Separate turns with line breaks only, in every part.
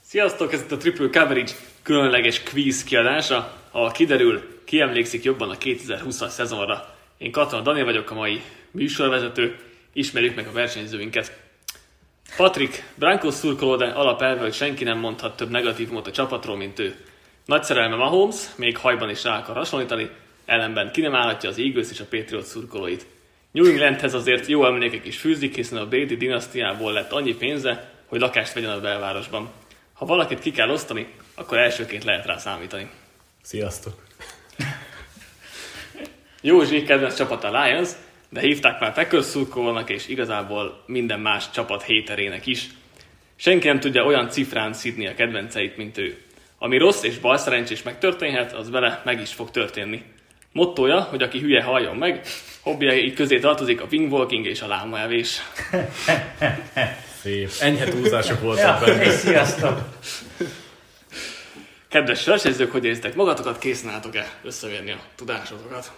Sziasztok, ez itt a Triple Coverage különleges quiz kiadása, ahol kiderül, ki emlékszik jobban a 2020-as szezonra. Én Katona Dani vagyok, a mai műsorvezető, ismerjük meg a versenyzőinket. Patrik, Branko szurkoló, de alapelve, hogy senki nem mondhat több negatívumot a csapatról, mint ő. Nagy szerelme Mahomes, még hajban is rá akar hasonlítani, ellenben ki nem állhatja az Eagles és a Patriot szurkolóit. New Englandhez azért jó emlékek is fűzik, hiszen a Brady dinasztiából lett annyi pénze, hogy lakást vegyen a belvárosban. Ha valakit ki kell osztani, akkor elsőként lehet rá számítani.
Sziasztok!
Józsi kedvenc csapata Lions, de hívták már Packers szurkolónak és igazából minden más csapat héterének is. Senki nem tudja olyan cifrán szidni a kedvenceit, mint ő. Ami rossz és bal szerencsés megtörténhet, az vele meg is fog történni. Mottója, hogy aki hülye halljon meg, hobbjai közé tartozik a wingwalking és a lámaevés.
Szép. Enyhe túlzások voltak
Ja, és
benne.
sziasztok!
Kedves versenyzők, hogy érzitek magatokat, készen álltok-e összevérni a tudásotokat?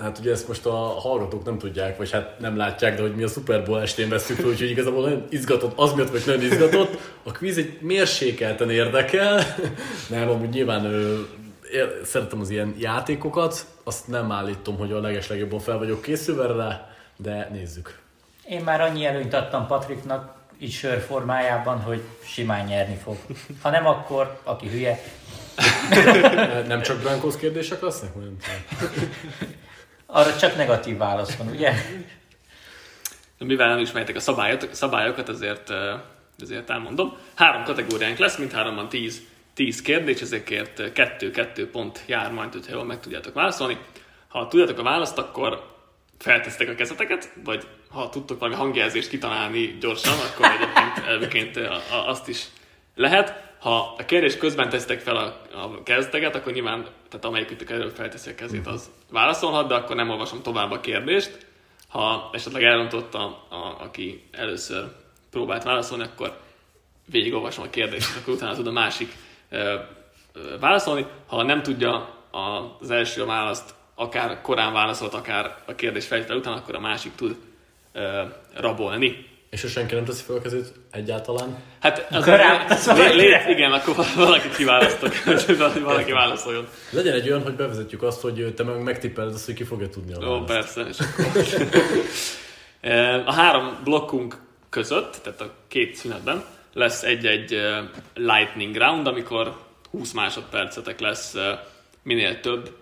Hát ugye ezt most a hallgatók nem tudják, vagy hát nem látják, de hogy mi a Super Bowl estén veszük fel, úgyhogy igazából nagyon izgatott, az miatt vagy nagyon izgatott. A kvíz egy mérsékelten érdekel. Nem, amúgy nyilván ö, ér- szeretem az ilyen játékokat, azt nem állítom, hogy a legeslegjobban fel vagyok készülve rá, de nézzük.
Én már annyi előnyt adtam Patriknak, így sör formájában, hogy simán nyerni fog. Ha nem, akkor aki hülye.
Nem csak Brankos kérdések lesznek? Vagy Nem tudom.
Arra csak negatív válasz van, ugye?
De mivel nem ismertek a szabályot, szabályokat, ezért, eh, ezért elmondom. Három kategóriánk lesz, mindháromban 10, 10 kérdés, ezekért 2-2 pont jár majd, hogyha jól meg tudjátok válaszolni. Ha tudjátok a választ, akkor feltesztek a kezeteket, vagy ha tudtok valami hangjelzést kitalálni gyorsan, akkor egyébként elviként a- a- azt is lehet. Ha a kérdés közben tesztek fel a, a kezdeget, akkor nyilván, tehát amelyikütök előbb felteszi a kezét, az válaszolhat, de akkor nem olvasom tovább a kérdést. Ha esetleg elrontott, a, a, aki először próbált válaszolni, akkor végigolvasom a kérdést, akkor utána tud a másik ö, ö, válaszolni. Ha nem tudja a- az első választ, akár korán válaszolt, akár a kérdés feltétel után, akkor a másik tud ö, rabolni.
És ha senki nem teszi fel a kezét egyáltalán?
Hát az
Korán, az
lé, lé,
valakire.
igen, akkor valakit kiválasztok, hogy valaki válaszoljon.
Legyen egy olyan, hogy bevezetjük azt, hogy te meg megtippeled azt, hogy ki fogja tudni a
Ó,
választ.
persze. És akkor... Eh, a három blokkunk között, tehát a két szünetben lesz egy-egy eh, lightning round, amikor 20 másodpercetek lesz eh, minél több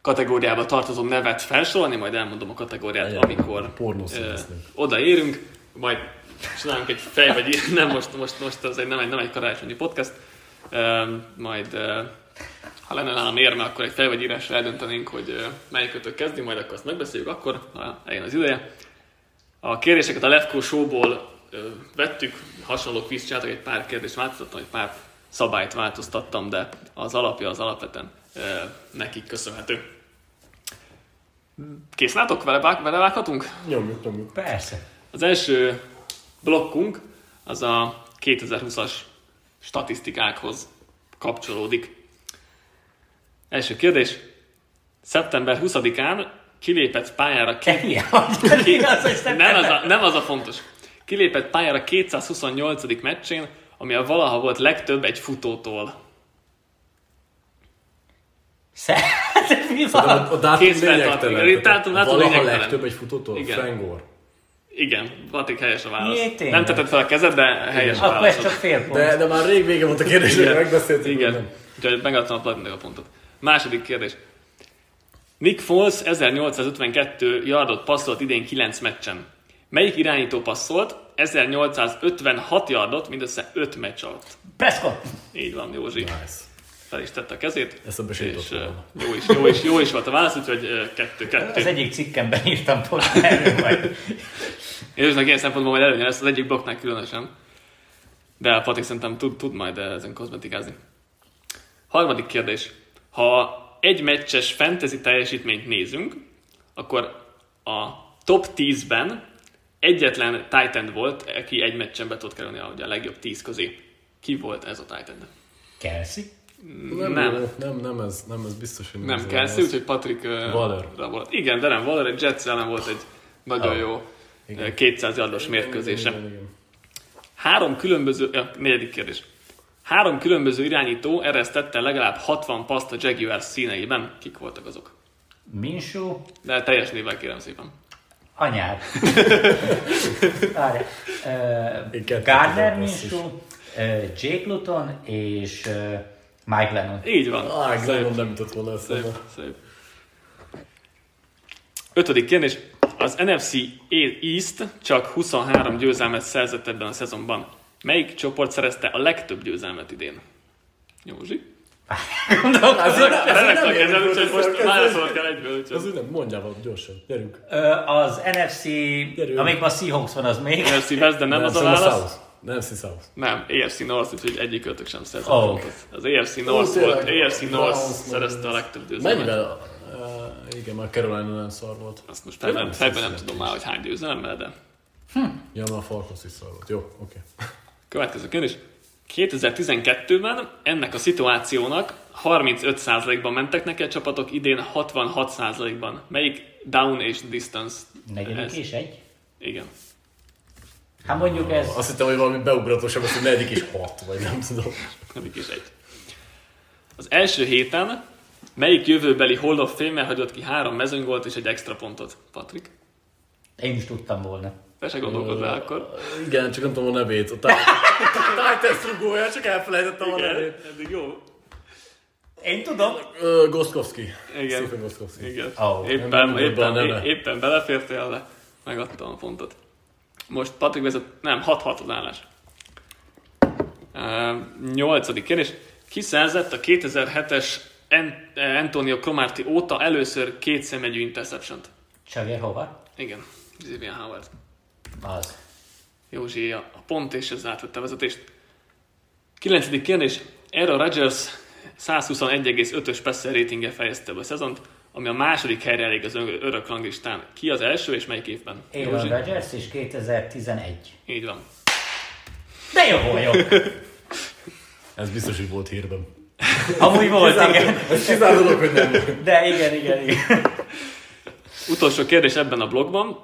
kategóriába tartozó nevet felsorolni, majd elmondom a kategóriát,
Legyen.
amikor
Pornószín
eh,
lesznek.
odaérünk, majd csinálunk egy fej, vagy nem most, most, most az egy, nem, egy, nem egy karácsonyi podcast, Eh, majd eh, ha lenne nálam érme, akkor egy felvegyírásra eldöntenénk, hogy ö, melyikötök kezdi, majd akkor azt megbeszéljük, akkor ha eljön az ideje. A kérdéseket a Lefko Showból ö, vettük, hasonló quiz csináltak, egy pár kérdést változtattam, egy pár szabályt változtattam, de az alapja az alapvetően ö, nekik köszönhető. Kész látok? Vele, vág, vele vághatunk?
Nyomjuk, nyomjuk.
Persze.
Az első blokkunk az a 2020-as statisztikákhoz kapcsolódik. Első kérdés. Szeptember 20-án kilépett pályára
Te
ki...
hülye vagy, igaz, hogy
nem, az a, nem az a fontos. Kilépett pályára 228. meccsén, ami a valaha volt legtöbb egy futótól.
Szerinted mi
De
van?
a, a dátum
Kész feltartani.
lényegtelen. Tehát
Dátum- dátum
Valaha
lényegtelen.
legtöbb egy futótól?
Igen.
Frengor.
Igen, Patik helyes a válasz.
Jé, tényleg.
nem tetted fel a kezed, de helyes a
Akkor ez
válasz.
csak fél pont.
De, de már rég vége volt a kérdés, hogy megbeszéltük.
Igen,
nem?
úgyhogy megadtam a Platinnak a pontot. Második kérdés. Nick Foles 1852 yardot passzolt idén 9 meccsen. Melyik irányító passzolt 1856 yardot mindössze 5 meccs alatt?
Prescott!
Így van, Józsi.
Nice.
Fel is tette a kezét.
Eszembe se jutott
és ö,
volna.
jó is, jó is, jó is volt a válasz, úgyhogy
Az
2-2.
egyik cikkemben írtam pont erről majd.
Józsnak ilyen szempontból majd előnye lesz az egyik blokknál különösen. De a Patrik szerintem tud, tud majd ezen kozmetikázni. Harmadik kérdés. Ha egy meccses fantasy teljesítményt nézünk, akkor a top 10-ben egyetlen Titan volt, aki egy meccsen be tudott kerülni a, ugye a legjobb 10 közé. Ki volt ez a Titan?
Kelsey?
Nem,
Nem.
nem. nem, nem, ez, nem, ez biztos, hogy nem. ez
Nem
a
kell,
válasz.
úgyhogy Patrick ö,
Waller.
rabolt. Igen, de nem Waller, egy Jets ellen volt egy nagyon
Ah,
jó
igen.
ö, 200 yardos
Igen,
mérkőzése.
igen, igen.
Három különböző, ja, negyedik kérdés. Három különböző irányító eresztette legalább 60 paszt a Jaguars színeiben. Kik voltak azok?
Minsú,
De teljes névvel kérem szépen.
anyád. Várj, ö,
Én kettőt
Gardner
tudom, basszus.
Minsú, ö, Jake Luton és ö, Mike Lennon.
Így van.
Á,
Szép.
Glennon nem jutott volna
Szép,
eszembe.
szép. Ötödik kérdés. Az NFC East csak 23 győzelmet szerzett ebben a szezonban. Melyik csoport szerezte a legtöbb győzelmet idén? Józsi? Remek a kezem, úgyhogy most válaszolat kell egyből. úgyhogy-
Az úgy nem, mondjál valamit gyorsan, gyerünk.
Ö, az NFC,
Gyerünk.
amíg ma Seahawks van, az még.
NFC West, de nem az a
szerintem
válasz.
szóval South. Nem, szí South.
Nem, AFC North, úgyhogy egyik ötök sem szerzett.
Ó.
pontot. Az AFC North
tényleg.
volt, AFC North
Browns,
szerezte a legtöbb győzelmet.
Mennyivel? Uh, igen, már Carolina nem szar volt.
Azt most
Tényleg
fejben,
nem
fejben nem
szerzett
tudom
is.
már, hogy hány győzelemmel, de
Ja, már a Falcons is szar volt. Jó, oké. Okay.
Következő kérdés. 2012-ben ennek a szituációnak 35%-ban mentek neki a csapatok, idén 66%-ban. Melyik down és distance?
Negyedik
ez?
és egy.
Igen.
Hát mondjuk ez
Azt hittem, hogy valami beugratósabb, azt hogy negyedik és hat, vagy nem tudom.
Negyedik és egy. Az első héten melyik jövőbeli Hall of Fame-mel hagyott ki három mezőngolt és egy extra pontot? Patrik?
én is tudtam volna.
Te se gondolkod rá akkor.
Igen, csak nem tudom a nevét. A Titans rugója, csak elfelejtettem a
Igen,
nevét.
eddig jó.
Én tudom.
Ö, Goszkowski.
Igen.
Stephen Goszkowski.
Igen.
Ó,
nem
éppen,
mondod
éppen,
be a neve.
éppen belefértél, de megadtam a pontot. Most Patrik vezet, nem, 6-6 az állás. Ö, Nyolcadik kérdés. Ki szerzett a 2007-es Ant- eh, Antonio Cromartie óta először két szemegyű interception
Xavier hova? Igen.
Igen, Xavier Howard.
Az.
Józsi a a pont, és ezzel átvette a vezetést. Kilencedik kérdés. Errol Rodgers 121,5-ös passer ratingje fejezte be a szezont, ami a második helyre elég az ö- örök ranglistán. Ki az első, és melyik évben?
Aaron Rodgers és 2011.
Így van.
De jó vagyok.
Ez biztos, hogy volt hírben.
Amúgy volt, igen.
Ez kizár dolog, hogy nem.
De igen, igen, igen.
Utolsó kérdés ebben a blogban.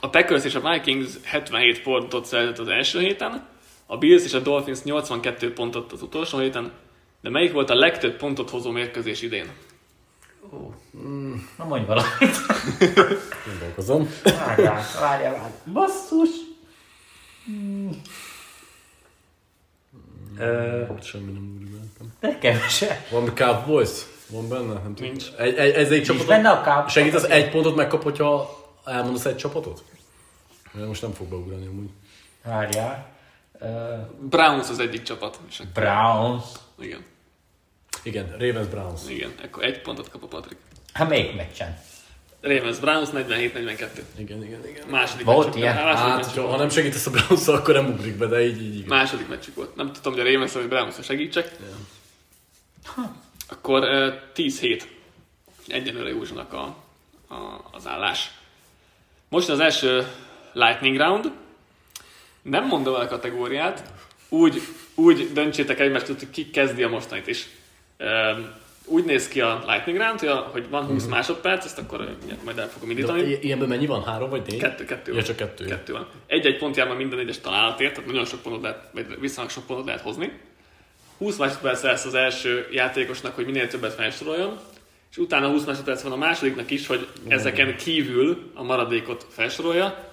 A Packers és a Vikings 77 pontot szerzett az első héten, a Bills és a Dolphins 82 pontot az utolsó héten, de melyik volt a legtöbb pontot hozó mérkőzés idén?
Ó. Na mondj valamit.
Gondolkozom.
Várjál, várjál, várjál. Basszus. Mm. Ö,
Ott semmi nem úgy bennem.
de kevesebb.
Valami Cowboys? Van benne? Nem tudom.
Nincs.
Egy, egy, ez egy
Nincs
csapatot...
benne a káp.
Segít az egy pontot megkap, hogyha elmondasz egy csapatot? Mert most nem fog beugrani amúgy.
Várjál. Ö,
Browns az egyik csapat. És akkor-
Browns.
Igen,
Igen, Ravens Browns.
igen. Akkor egy pontot kap a Patrik.
Hát melyik meccsen?
Ravens Browns 47-42.
Igen, igen, igen.
Második
Volt
meccsük-
ilyen?
Második,
Hát,
meccsük,
hogyha- ha nem segítesz a browns akkor nem ugrik be, de így, így, így.
második meccsük volt. Nem tudtam, hogy a Ravens vagy Browns segítsek. Akkor ö, 10-7. Egyenlőre Józsónak a, a, az állás. Most az első Lightning Round. Nem mondom el a kategóriát. Úgy, úgy döntsétek egymást, között, hogy ki kezdi a mostanit is. Öm, úgy néz ki a Lightning Round, hogy, a, hogy van 20 másodperc, ezt akkor ö, mindjárt majd el fogom
De
indítani.
i- ilyenben mennyi van? Három vagy négy?
Kettő, kettő.
Ja, csak kettő.
Kettő van. Egy-egy pontjában minden egyes találatért, tehát nagyon sok pontot lehet, vagy viszonylag sok pontot lehet hozni. 20 másodperc lesz az első játékosnak, hogy minél többet felsoroljon, és utána 20 másodperc van a másodiknak is, hogy
Mm.
ezeken kívül a maradékot felsorolja.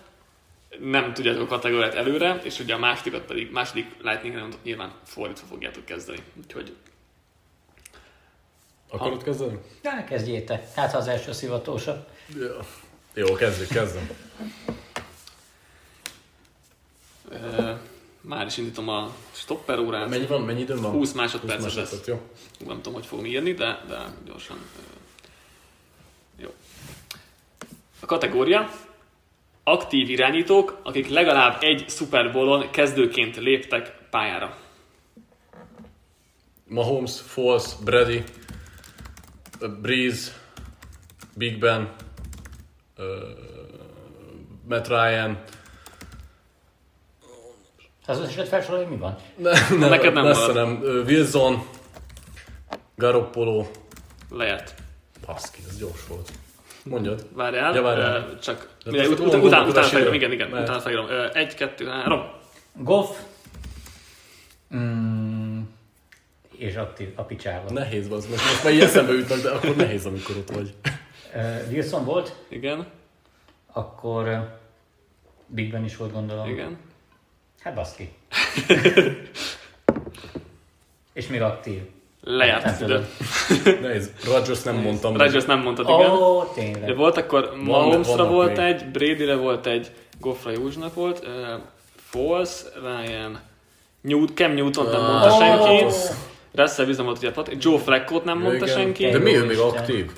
Nem tudjátok a kategóriát előre, és ugye a másodikat pedig, második lightning roundot nyilván fordítva fogjátok kezdeni. Úgyhogy
Akarod kezdeni?
Na, kezdjétek. Hát ha az első szivatósa.
Ja. Jó, kezdjük, kezdem.
uh, már is indítom a stopper órát.
Mennyi van, mennyi időm van?
20 másodperces lesz.
jó.
Nem tudom, hogy fogom írni, de, de gyorsan. ö, Jó. A kategória aktív irányítók, akik legalább egy Super Bowlon kezdőként léptek pályára.
Mahomes, Foles, Brady, ö, Breeze, Big Ben, ö, Matt Ryan.
Az összeset felsorolja, mi van?
Ne, ne,
Neked nem
messze
marad.
nem. Ö, Wilson, Garoppolo,
Lejárt.
Baszki, ez gyors volt. Mondjad.
Várjál,
Ja, várjál.
ö, csak
De
mindegy, ut-
most
ut-
tudom,
utána,
gondolkodás
utána felírom,
idő.
igen, igen,
Mert-
utána felírom. Ö, Egy, kettő, három.
Goff. Mm, és aktív a picsába.
Nehéz az, most, most már ilyen szembe jutnak, de akkor nehéz, amikor ott vagy.
Ö, Wilson volt,
Igen,
akkor ö, Big Ben is volt gondolom.
igen.
Hát baszki. és még aktív.
Lejárt
Nem
az idő.
Nehéz. Rodgers nem mondtam.
Rodgers nem mondtad,
Ó,
igen.
oh,
De
tényleg.
volt akkor Mahomesra
vannak
volt
még.
egy, Bradyre volt egy, Goffra Júzsnak volt, uh, Foles, Ryan, Newt, Cam Newton nem mondta
Ah,
senki,
az.
Russell Wilson volt ugye pat, Joe Fleckot nem mondta
Igen.
senki.
De mi ő
Jó
még
Isten.
aktív?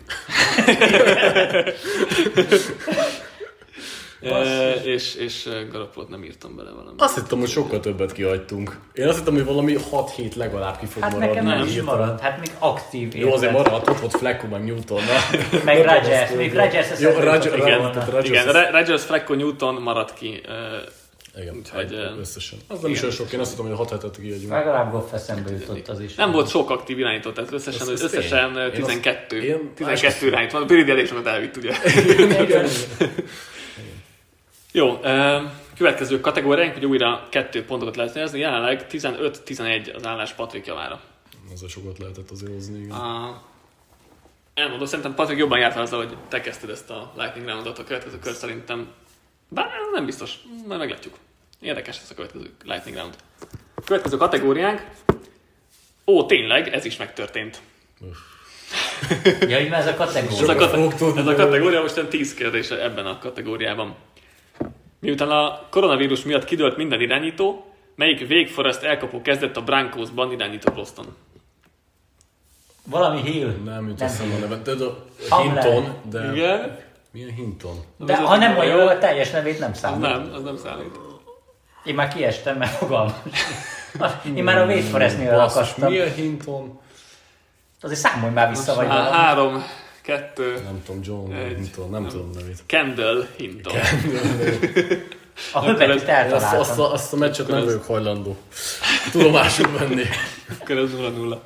Ö, és, és Garapot nem írtam bele valamit.
Azt hittem, hogy sokkal többet kihagytunk. Én azt hittem, hogy valami 6-7 legalább ki fog
Hát
maradni.
nekem nem is
hirtelen.
maradt, hát még aktív
Jó, azért
érzed.
maradt, ott volt Flecko, meg Newton. na.
Meg
Nem
Rodgers,
panaszkodj.
még Rodgers
Jó, Rodgers,
Igen,
Rodgers, tehát Rodgers
igen,
az-
Re- Rodgers, Flecko, Newton maradt ki. Ö,
Igen,
Úgyhogy,
egy-
eh,
összesen. Az nem is
igen. Hát
olyan sok, én azt hittem, hogy a 6 hetet kihagyunk.
Legalább Goff eszembe jutott az is.
Nem volt sok aktív irányító, tehát összesen,
Ez- ez
összesen
tény. Én azt-
12,
én-
12 irányító. A Brady elég sokat elvitt, ugye?
Igen.
Jó, ö, következő kategóriánk, hogy újra kettő pontokat lehet szerezni, jelenleg 15-11 az állás Patrik javára.
Az a sokat lehetett azért hozni. igen.
A, elmondom, szerintem Patrik jobban járt el azzal, hogy te kezdted ezt a Lightning Roundot, a következő kör szerintem, bár nem biztos, majd meglátjuk. Érdekes ez a következő Lightning Round. Következő kategóriánk, ó, tényleg, ez is megtörtént.
Ja, így már ez a kategória.
Ez a,
fogok
kate-
tudni.
ez a kategória most olyan 10 kérdése ebben a kategóriában. Miután a koronavírus miatt kidőlt minden irányító, melyik végforraszt elkapó kezdett a Broncosban irányító poszton?
Valami Hill.
Nem jut eszembe a neve. De, de
Hamler.
Hinton, de...
Igen?
Milyen Hinton?
De ha nem vagy jó, a teljes nevét nem számít.
Nem, az nem számít.
Én már kiestem, mert fogalmam. Én már a Wade Forestnél
Hmm, Basszus,
elakadtam.
milyen Hinton?
Azért számolj már vissza, vagy
Há-
valami.
három, kettő,
Nem tudom, John
Egy.
Hinton, nem tudom a nevét.
Kendall Hinton.
A höbetit
Azt, azt,
eltaláltam.
a- azt a meccset nem vagyok hajlandó tudomásul venni.
Akkor ez 0-0.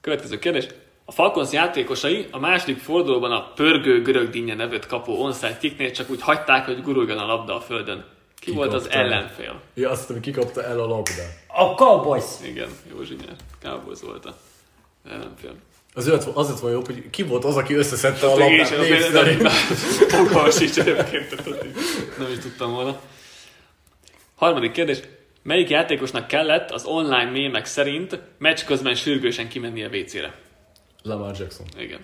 Következő kérdés. A Falcons játékosai a második fordulóban a pörgő görögdínje nevet kapó onside kicknél csak úgy hagyták, hogy guruljon a labda a földön. Ki,
Ki
volt az
kapta?
ellenfél?
Ja, azt hiszem, kikapta el a labdát.
A Cowboys.
Igen, Józsi nyert. Cowboys volt a ellenfél.
Az öt, az lett volna jobb, hogy ki volt az, aki összeszedte a
Igen,
labdát
és ez
név szerint.
a fogalmam sincs egyébként, tehát így nem is tudtam volna. Harmadik kérdés. Melyik játékosnak kellett az online mémek szerint meccs közben sürgősen kimenni a WC-re?
Lamar Jackson.
Igen.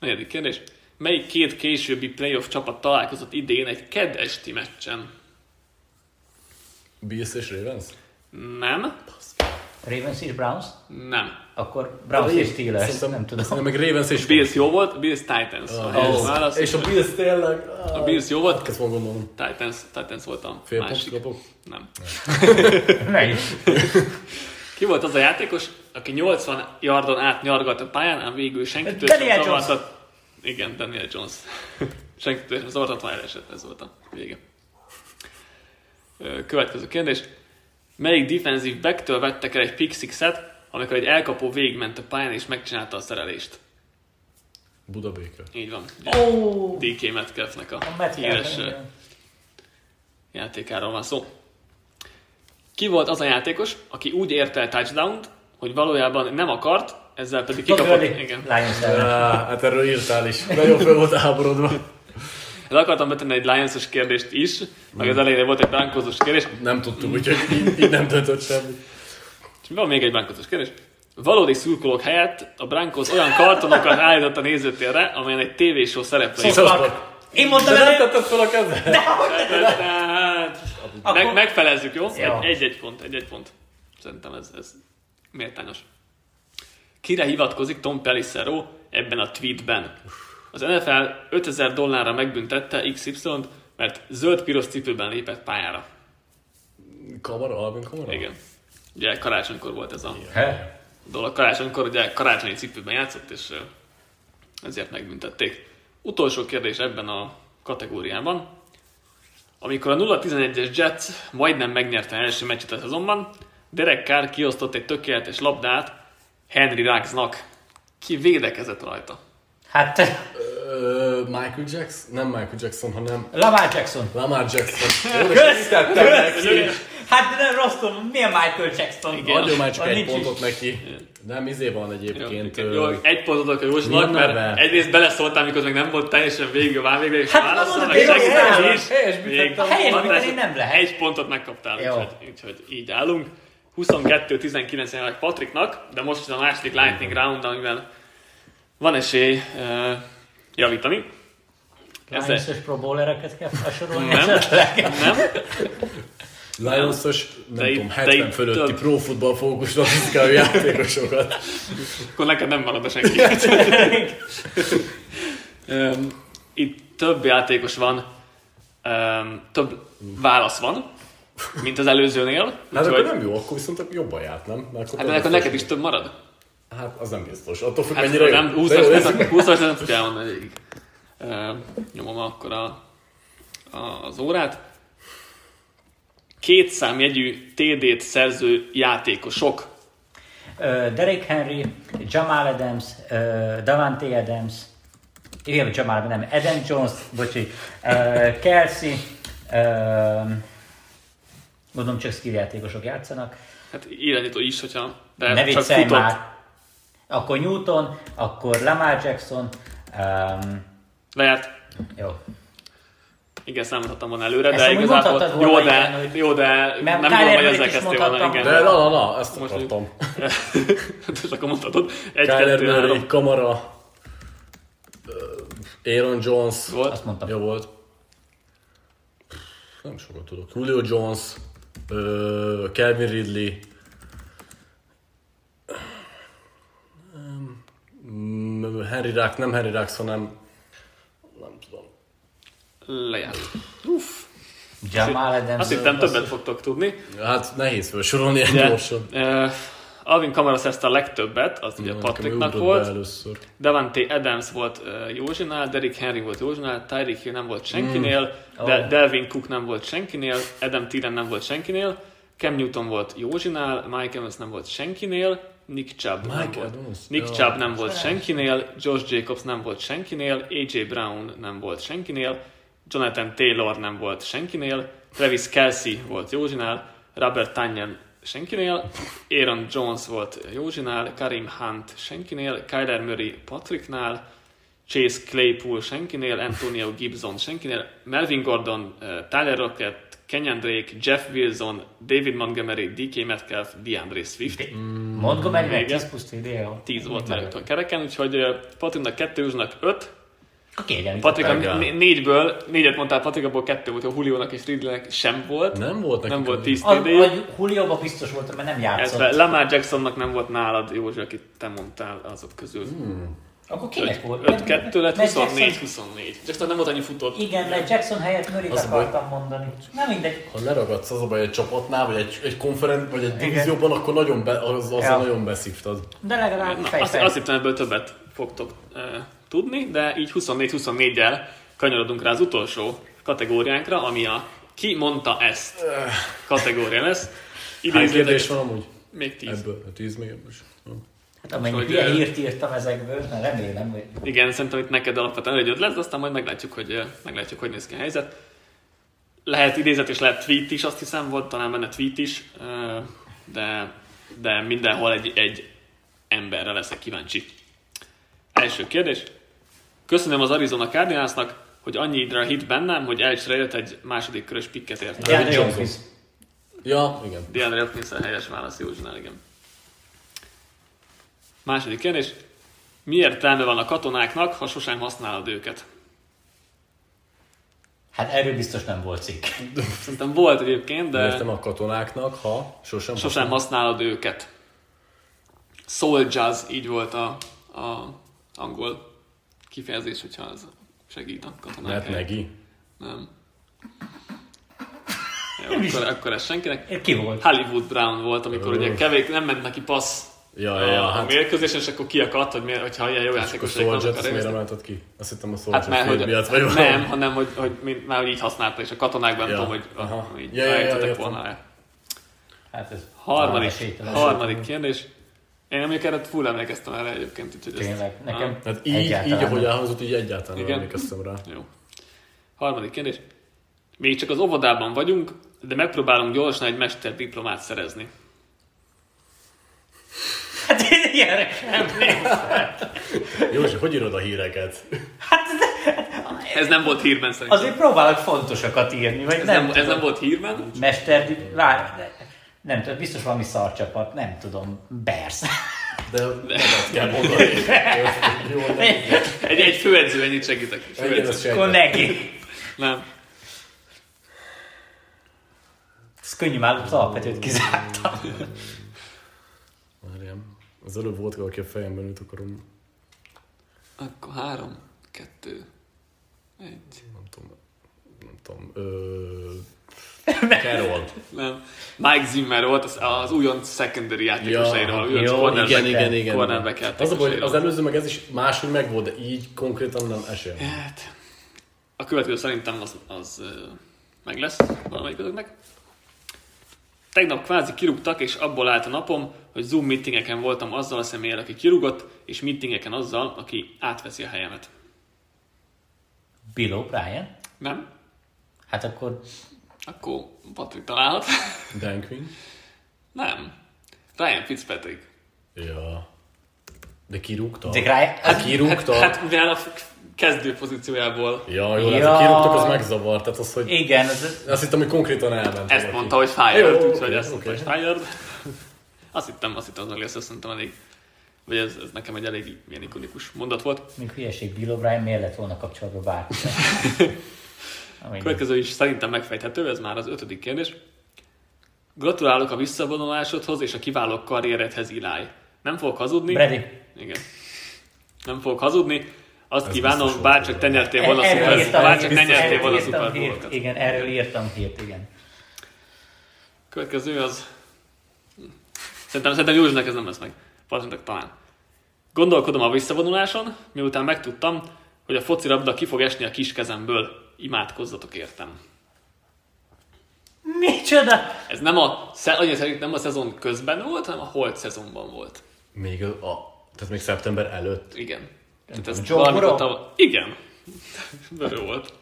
Negyedik kérdés. Melyik két későbbi playoff csapat találkozott idén egy kedd esti meccsen?
Bills és Ravens?
Nem,
Ravens és Browns?
nem.
Akkor Browns és Steelers. Nem tudom.
Meg Ravens és
Bills jó volt, Bills Titans. a helyes válasz.
Ah, és a Bills tényleg... Ah.
a Bills jó volt,
Ezt magam mondom.
Titans, Titans volt a
Fél pontot
másik.
kapok?
Nem.
Ne is.
Ki volt az a játékos, aki 80 yardon át nyargalt a pályán, ám végül senkitől
Daniel
sem
Jones.
zavartat. Igen, Daniel Jones. senkitől sem zavartat, már elesett, ez volt a vége. Ö, Következő kérdés. Melyik defensív backtől vettek el egy pick sixet, amikor egy elkapó végigment a pályán és megcsinálta a szerelést?
Budabéke.
Így van.
Ó,
DK Metcalfnek a,
a Metcalf.
híres ö, játékáról van szó. Ki volt az a játékos, aki úgy érte el touchdown-t, hogy valójában nem akart, ezzel pedig
Todd
kikapott,
Gurley.
igen.
Lions ellen.
Á, hát erről írtál is. Nagyon fel volt háborodva.
Le akartam betenni egy Lions-os kérdést is, meg az elején volt egy bánkozós kérdés,
Nem tudtuk, úgyhogy így, így nem döntött semmi.
és van még egy bánkozós kérdés. Valódi szurkolók helyett a Broncos olyan kartonokat állított a nézőtérre, amelyen egy tévéshow szereplői.
Szóval-
Én mondtam
De nem
el,
tetted fel a kezed?
Tehát, Meg,
Akkor-
megfelezzük, jó?
Jó.
Egy- Egy-egy pont, egy-egy pont. Szerintem ez, ez méltányos. Kire hivatkozik Tom Pelissero ebben a tweetben? Az NFL 5000 dollárra megbüntette XY-t, mert zöld-piros cipőben lépett pályára.
Kamara, Alvin Kamara?
Igen. Ugye karácsonykor volt ez a
He?
dolog. Karácsonykor ugye karácsonyi cipőben játszott, és ö, ezért megbüntették. Utolsó kérdés ebben a kategóriában. Amikor a 0-11-es Jets majdnem megnyerte első meccset a szezonban, Derek Carr kiosztott egy tökéletes labdát Henry Ruggsnak. Ki védekezett rajta?
Hát,
Ö, Michael Jackson? Nem Michael Jackson, hanem
Lamar Jackson.
Lamar Jackson. Jó, de
Köszönöm!
segítettem neki.
Hát de nem rosszul, milyen Michael Jackson?
Igen.
Adjon már csak
Ah,
egy
nincs is.
pontot neki. Nem, izé van egyébként.
Jó,
ö,
jó, egy pontot adok a Józsinak,
Milyen
mert
neve?
egyrészt beleszóltál, mikor még nem volt teljesen végig a vámvégre, és
Hát,
válaszol,
mondod,
meg
én
senki
azt
más
mondom,
is.
helyes
Még
bütettem.
van,
Helyes
tehát
bütetni nem lehet.
Egy pontot megkaptál,
Jó.
úgyhogy, úgyhogy így állunk. 22-19 jelenleg Patriknak, de most ez a második Lightning Round, amiben van esély ö, javítani. Ezzel-
Lions-os pro bowlereket kell felsorolni
Nem.
esetleg.
Nem?
Lions-os, nem
De
tudom,
itt-
70
de itt
fölötti
több.
pro futball fókusra fiszkáló játékosokat.
Akkor neked nem marad a senki. Öm, Itt több játékos van, öm, több válasz van, mint az előzőnél.
Hát
úgyhogy-
akkor nem jó, akkor viszont jobban járt, nem? Mert
Hát de
több
akkor
biztos.
neked is több marad.
Hát az nem biztos. Attól függ,
Hát
mennyire jó.
nem, 20
De jó,
as
ez-
nem, 20 as nem tudja elmondani végig. Öm, Nyomom akkor a, a, az órát. Két számjegyű TD-t szerző játékosok.
Ö, Derek Henry, Jamal Adams, ö, Davante Adams, igen, Jamal Adams, nem, Adam Jones, bocsi, ö, Kelsey, ö, gondolom csak skill játékosok játszanak,
Hát irányító is, hogyha... De
ne
csak
viccelj
futott.
már, akkor Newton, akkor Lamar Jackson, öm,
Lejárt.
jó.
Igen, számolhattam volna előre,
Ezt
de
amúgy
igazából
mondhattad volna,
jó,
igen,
de,
hogy-
jó, de nem
Mert Tyler
tudom, hogy
Lockett
ezzel
is
kezdtél volna.
mondhattam
Igen.
De la, la, la, ezt
Most
akartam.
És akkor mondhatod. Egy,
Kyler
kettő,
Murray,
három.
Kamara, ö, Aaron Jones.
Volt.
Azt mondtam.
Jó volt. Nem sokat tudok. Julio Jones, ö, Calvin Ridley, nem, Mm, Henry Rux, nem Henry Rux, hanem nem tudom.
Lejárt.
Jamal Adams.
Azt hittem többet fogtok tudni.
Hát nehéz felsorolni egy
Ugye,
gyorsan.
eh, Alvin Kamara szerezte a legtöbbet, az ugye
Nekem
Patriknak
ugrott Be
volt.
először.
Davante Adams volt uh, Józsinál, Derek Henry volt Józsinál, Tyreek Hill nem volt
Hmm.
senkinél,
Oh.
De- Delvin Cook nem volt senkinél, Adam Thielen nem volt senkinél, Cam Newton volt Józsinál, Mike Evans nem volt senkinél, Nick Chubb nem
Mike
volt.
Evans?
Nick
Ja.
Chubb nem volt senkinél, Josh Jacobs nem volt senkinél, AJ Brown nem volt senkinél, Jonathan Taylor nem volt senkinél, Travis Kelsey volt Józsinál, Robert Tanyan senkinél, Aaron Jones volt Józsinál, Karim Hunt senkinél, Kyler Murray Patricknál, Chase Claypool senkinél, Antonio Gibson senkinél, Melvin Gordon, eh, Tyler Rocket, Kenyon Drake, Jeff Wilson, David Montgomery, DK Metcalf, DeAndre Swift.
Mm, Montgomery meg
Igen.
10 plusz TD,
10 volt lelőtt a kereken, úgyhogy eh, Patriknak 2, Józsnak 5.
Kérjen,
Patrik a
Reggel.
né- négyből, négyet mondtál Patrik, abból kettő volt, a Julionak és Ridleynek sem volt.
Nem volt nekik
Nem volt
a-
10
Ad,
TD.
vagy Julioba biztos voltam, mert nem játszott.
Illetve Lamar Jacksonnak nem volt nálad, Józsi, akit te mondtál azok közül.
Hmm.
Akkor kinek volt? Mert-
5-2 lett,
mert Jackson-
24-24. Jackson nem volt annyi futott.
Igen, mert Jackson helyett Murray-t
Az a baj.
akartam mondani. Na mindegy.
Ha leragadsz az a baj egy csapatnál, vagy egy, egy konferen, vagy egy divízióban, akkor nagyon be, az, azzal
Ja.
nagyon beszívtad.
De legalább
Na, azt,
fejfej.
azt hittem ebből többet fogtok e, tudni, de így 24-24-el kanyarodunk rá az utolsó kategóriánkra, ami a ki mondta ezt kategória lesz.
Hány
Idézőleg
kérdés van amúgy?
még 10.
Ebből. A tíz még ebből is.
Hm.
Jó.
Hát amennyi
hogy-
hülye hírt írtam ezekből, na remélem, hogy...
Igen, szerintem itt neked alapvetően örögyöd lesz, de aztán majd meglátjuk, hogy, eh, meglátjuk, hogy néz ki a helyzet. Lehet idézet és lehet tweet is, azt hiszem, volt talán benne tweet is, eh, de, de mindenhol egy, egy emberre leszek kíváncsi. Első kérdés. Köszönöm az Arizona Cardinalsnak, hogy annyira hit bennem, hogy el is rejött egy második körös pikket értem.
DeAndre
Johnson.
Hopkins.
Ja, igen.
DeAndre Hopkins a helyes válasz Józsinál, igen. Második kérdés. Mi értelme van a katonáknak, ha sosem használod őket?
Hát erről biztos nem volt cikk.
Szerintem volt egyébként, de
Értem a katonáknak, ha sosem.
sosem használod őket. Soul jazz, így volt a, a angol kifejezés, hogyha az segít a katonák.
Mert
helyett.
Negi.
Nem. Jó, akkor, akkor ez senkinek.
Ki volt?
Hollywood Brown volt, amikor ugye kevés, nem ment neki passz
Ja,
a,
ja, ja,
a
hát-
mérkőzésen, és akkor kiakadt, hogy miért, hogyha ilyen jó
Akkor
játékos
Soul Jet miért emelted ki? Azt hittem a Soul
Hát mert,
Jet
hogy,
fél miatt vagy valami.
nem, hanem, hogy, hogy mind, már hogy így használta, és a katonákban ja.
Ja,
tudom, hogy
aha.
így
Ja, ja, ja,
rájöttetek
értem.
volna el.
Hát ez
Harmadik,
esélytelen.
harmadik kérdés. Én mondjuk erre full emlékeztem erre egyébként. Így, hogy ezt-
Tényleg, nekem
Hát így, így
egyáltalán
ahogy
nem.
elhangzott, így egyáltalán nem
Igen.
emlékeztem rá.
Jó. Harmadik kérdés. Még csak az óvodában vagyunk, de megpróbálunk gyorsan egy mesterdiplomát szerezni.
Hát én ilyenre sem
Józsi, hogy írod a híreket?
Ez nem volt hírben szerintem.
Azért próbálok fontosakat írni, vagy
Ez
nem,
nem, ez nem volt hírben.
Mester, vár, de- nem tudom, biztos valami szarcsapat, nem tudom, Bersz.
De nevet kell mondani. Jó, jó, nem.
Egy, egy főedző, ennyit segítek.
Igen, ezt
Főedző.
Akkor
sejtettem.
neki.
Nem.
Ez könnyű már, az alapvetőt kizártam.
Várjam. Az előbb volt valaki a fejemben ült, akarom,
Akkor három, kettő, egy.
nem tudom, nem tudom, ö... Carol.
Nem. Mike Zimmer volt az, az újonc secondary játékosairól.
Ja, hát
újonc
jó,
cornerback-
Igen, igen, igen.
cornerback
Az a baj, hogy
játékosairól.
az előző meg ez is máshogy meg volt, de így konkrétan nem esél.
Hát, a következő szerintem az, az ö, meg lesz valamelyik azoknak. Tegnap kvázi kirúgtak, és abból állt a napom, hogy Zoom meetingeken voltam azzal a személlyel, aki kirúgott, és meetingeken azzal, aki átveszi a helyemet.
Bill O'Brien?
Nem?
Hát akkor
Akkor Patrik találhat.
Dan Quinn?
Nem. Ryan Fitzpatrick.
Ja. De kirúgta?
De Ryan-
Hát kirúgta?
Hát, hát mivel a f- kezdő pozíciójából
Ja, jó, ja.
Ja.
hát a kirúgtak az megzavart, tehát az, hogy...
igen, az, az
Azt hittem, hogy konkrétan elment.
ezt
valaki.
mondta, hogy fired,
Jó,
úgyhogy
oké,
ezt mondta,
oké.
hogy fired. Azt hittem, azt hittem, az meg lesz, azt mondtam, elég, vagy ez, ez nekem egy elég ilyen ikonikus mondat volt.
még hülyeség, Bill O'Brien miért lett volna kapcsolatban bárki?
Következő is szerintem megfejthető, ez már az ötödik kérdés. Gratulálok a visszavonulásodhoz és a kiváló karrieredhez, Iláj. Nem fogok hazudni.
Brady.
Igen. Nem fogok hazudni. Azt
Ez biztos
kívánom,
volt E,
bárcsak
róla.
te nyertél volna a
Erről
szuper,
írtam
bárcsak te
hírt,
nyertél
erről
volna a
e,
írtam
Super
hírt,
Bowl-okat.
Igen, erről írtam hírt, igen.
Következő az... Szerintem, szerintem Józsnak ez nem lesz meg. Patrinknak talán. Gondolkodom a visszavonuláson, miután megtudtam, hogy a focilabda ki fog esni a kis kezemből. Imádkozzatok értem.
Micsoda?
Ez nem a, sze- annyi szerint nem a szezon közben volt, hanem a holt szezonban volt.
Még a, a, tehát még szeptember előtt.
Igen. Tehát ez
John
valamikor
Burrow?
tav- Igen. Börő volt.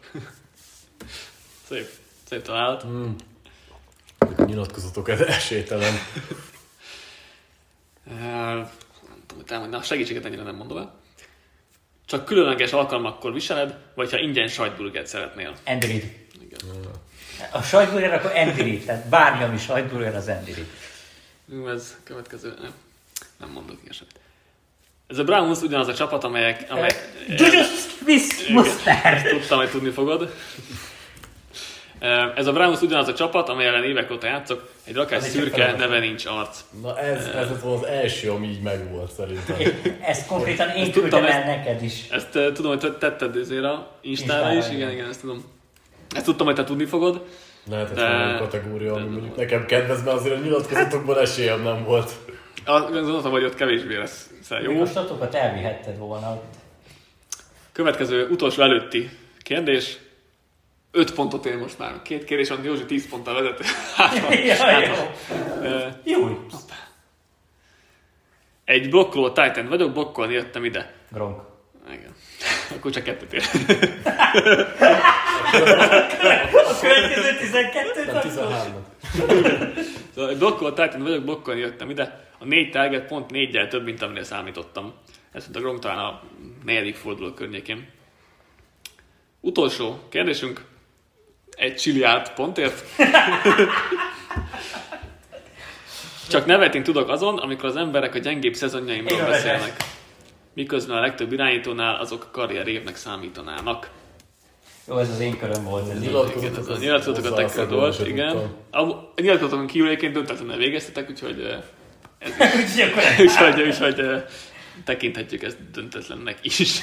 Szép. Szép találat.
A nyilatkozatok ez esélytelen.
Eh, nem tudom, talán, na, segítséget ennyire nem mondom el. Csak különleges alkalmakkor viseled, vagy ha ingyen sajtburgert szeretnél.
Endirid.
Igen.
A sajtburger akkor endirid, tehát bármi, ami sajtburger, az endirid.
Jó, Ez következő... Nem, nem mondok ilyesmit. Ez a Browns ugyanaz a csapat, amelyek... amelyek
Juju Eh, Smith Mustard!
Tudtam, hogy tudni fogod. Ehm, Ez a Browns ugyanaz a csapat, amely ellen évek óta játszok, egy rakás
Ez egy
szürke,
gyakorlat.
neve nincs arc.
Na ez, ez lett volna az első, ami így megvolt szerintem.
Ezt konkrétan én
Ezt
küldtem
tudtam,
el
ezt-
neked is.
Ezt eh, tudom, hogy te tetted ezért a Instára
Instára,
is, igen,
igen.
igen, ezt tudom. Ezt tudtam, hogy te tudni fogod.
Lehetett
De-
volna egy kategória, ami mondjuk nekem kedvez, mert azért a nyilatkozatokból esélyem nem volt.
Azt gondoltam, hogy ott kevésbé lesz Szóval
Jó.
jó.
Most azokat elvihetted volna.
Következő utolsó előtti kérdés. 5 pontot ér most már. Két kérdés van, Józsi 10 ponttal vezet. Hát,
Ja, jó.
eh,
Jó.
Egy blokkoló Titan vagyok, blokkolni jöttem ide.
Gronk.
Igen. Akkor csak kettőt ér.
A következő 12
Nem 13
Szóval egy blokkolt Titan vagyok, blokkolni jöttem ide. A négy target pont négyel több, mint amire számítottam. Ez volt a Gronk talán a negyedik forduló környékén. Utolsó kérdésünk. Egy csiliárd pontért. Csak nevetni tudok azon, amikor az emberek a gyengébb szezonjaimról
Igen,
beszélnek. Miközben a legtöbb irányítónál azok karrierévnek számítanának.
Jó, ez az én köröm volt. Ez így.
Igen, ez a
Nyilatkozatok-
nyilatkozatokat
hozzá
tekkel
szedem,
volt,
sem
igen.
tudtam.
A a nyilatkozatokon kívül egyébként döntetlenül végeztetek, úgyhogy eh,
Úgyhogy akkor
Úgyhogy, úgyhogy ö, tekinthetjük ezt döntetlennek is.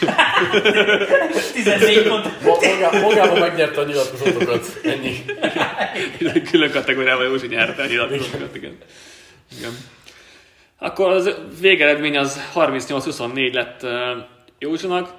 14 pont.
Ma- magá- Magában megnyerte a nyilatkozatokat. Ennyi.
Külön kategóriával Józsi nyert el nyilatkozatokat, igen. igen. Akkor az végeredmény az 38-24 lett ö, Józsinak,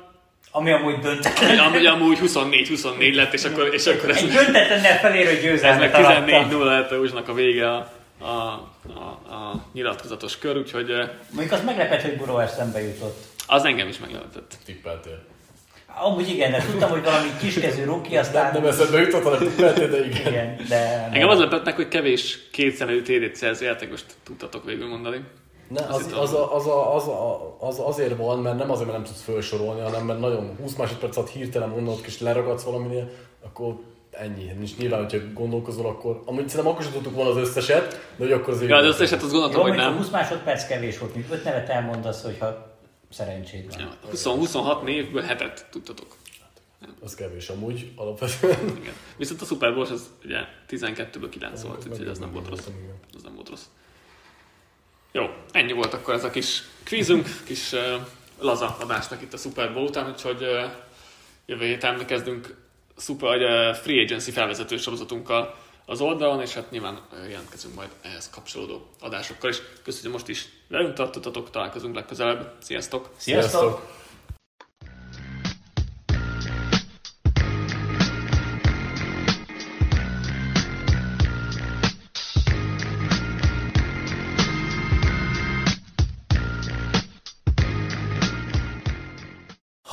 Ami amúgy döntetlen.
Am- ugye amúgy 24-24 lett, és akkor, és akkor ez,
Egy döntetlennel felérő
ez meg
győzelmet
14-0
arattam.
lett a Józsinak a vége a, a a, a nyilatkozatos kör, úgyhogy ö,
Mondjuk az meglepett, hogy Burrow szembe jutott.
az engem is meglepett.
Tippeltél.
Amúgy igen, de tudtam, hogy valami kiskezű ruki,
Nem,
aztán...
nem eszedbe jutott, hanem tippeltél, de igen.
igen, de...
Engem az lepett meg, hogy kevés kétszer TD-t szerző játékost tudtatok végül mondani.
Ne,
Azt
az,
hittem.
az, a, az, a, az, a, az, azért van, mert nem azért, mert nem tudsz felsorolni, hanem mert nagyon 20 másodperc alatt hirtelen mondod, és leragadsz valaminél, akkor ennyi. És nyilván, hogyha gondolkozol, akkor... Amúgy szerintem akkor sem tudtuk volna az összeset, de hogy akkor azért...
Ja, az összeset azt
Jó,
gondoltam, hogy
mondjuk a
nem.
20 másodperc kevés volt, mint 5 nevet elmondasz, hogyha szerencséd van.
20-26 névből hetet tudtatok.
Az kevés amúgy, alapvetően.
Igen. Viszont a Super Bowl az ugye 12-ből 9 volt, úgyhogy ez nem volt rossz.
Igen.
Az nem volt rossz. Jó, ennyi volt akkor ez a kis kvízünk, kis uh, laza adásnak itt a Super Bowl után, úgyhogy uh, jövő héten kezdünk super, vagy, uh, free agency felvezető sorozatunkkal az oldalon, és hát nyilván uh, jelentkezünk majd ehhez kapcsolódó adásokkal is. Köszönjük, hogy most is velünk tartottatok, találkozunk legközelebb. Sziasztok!
Sziasztok!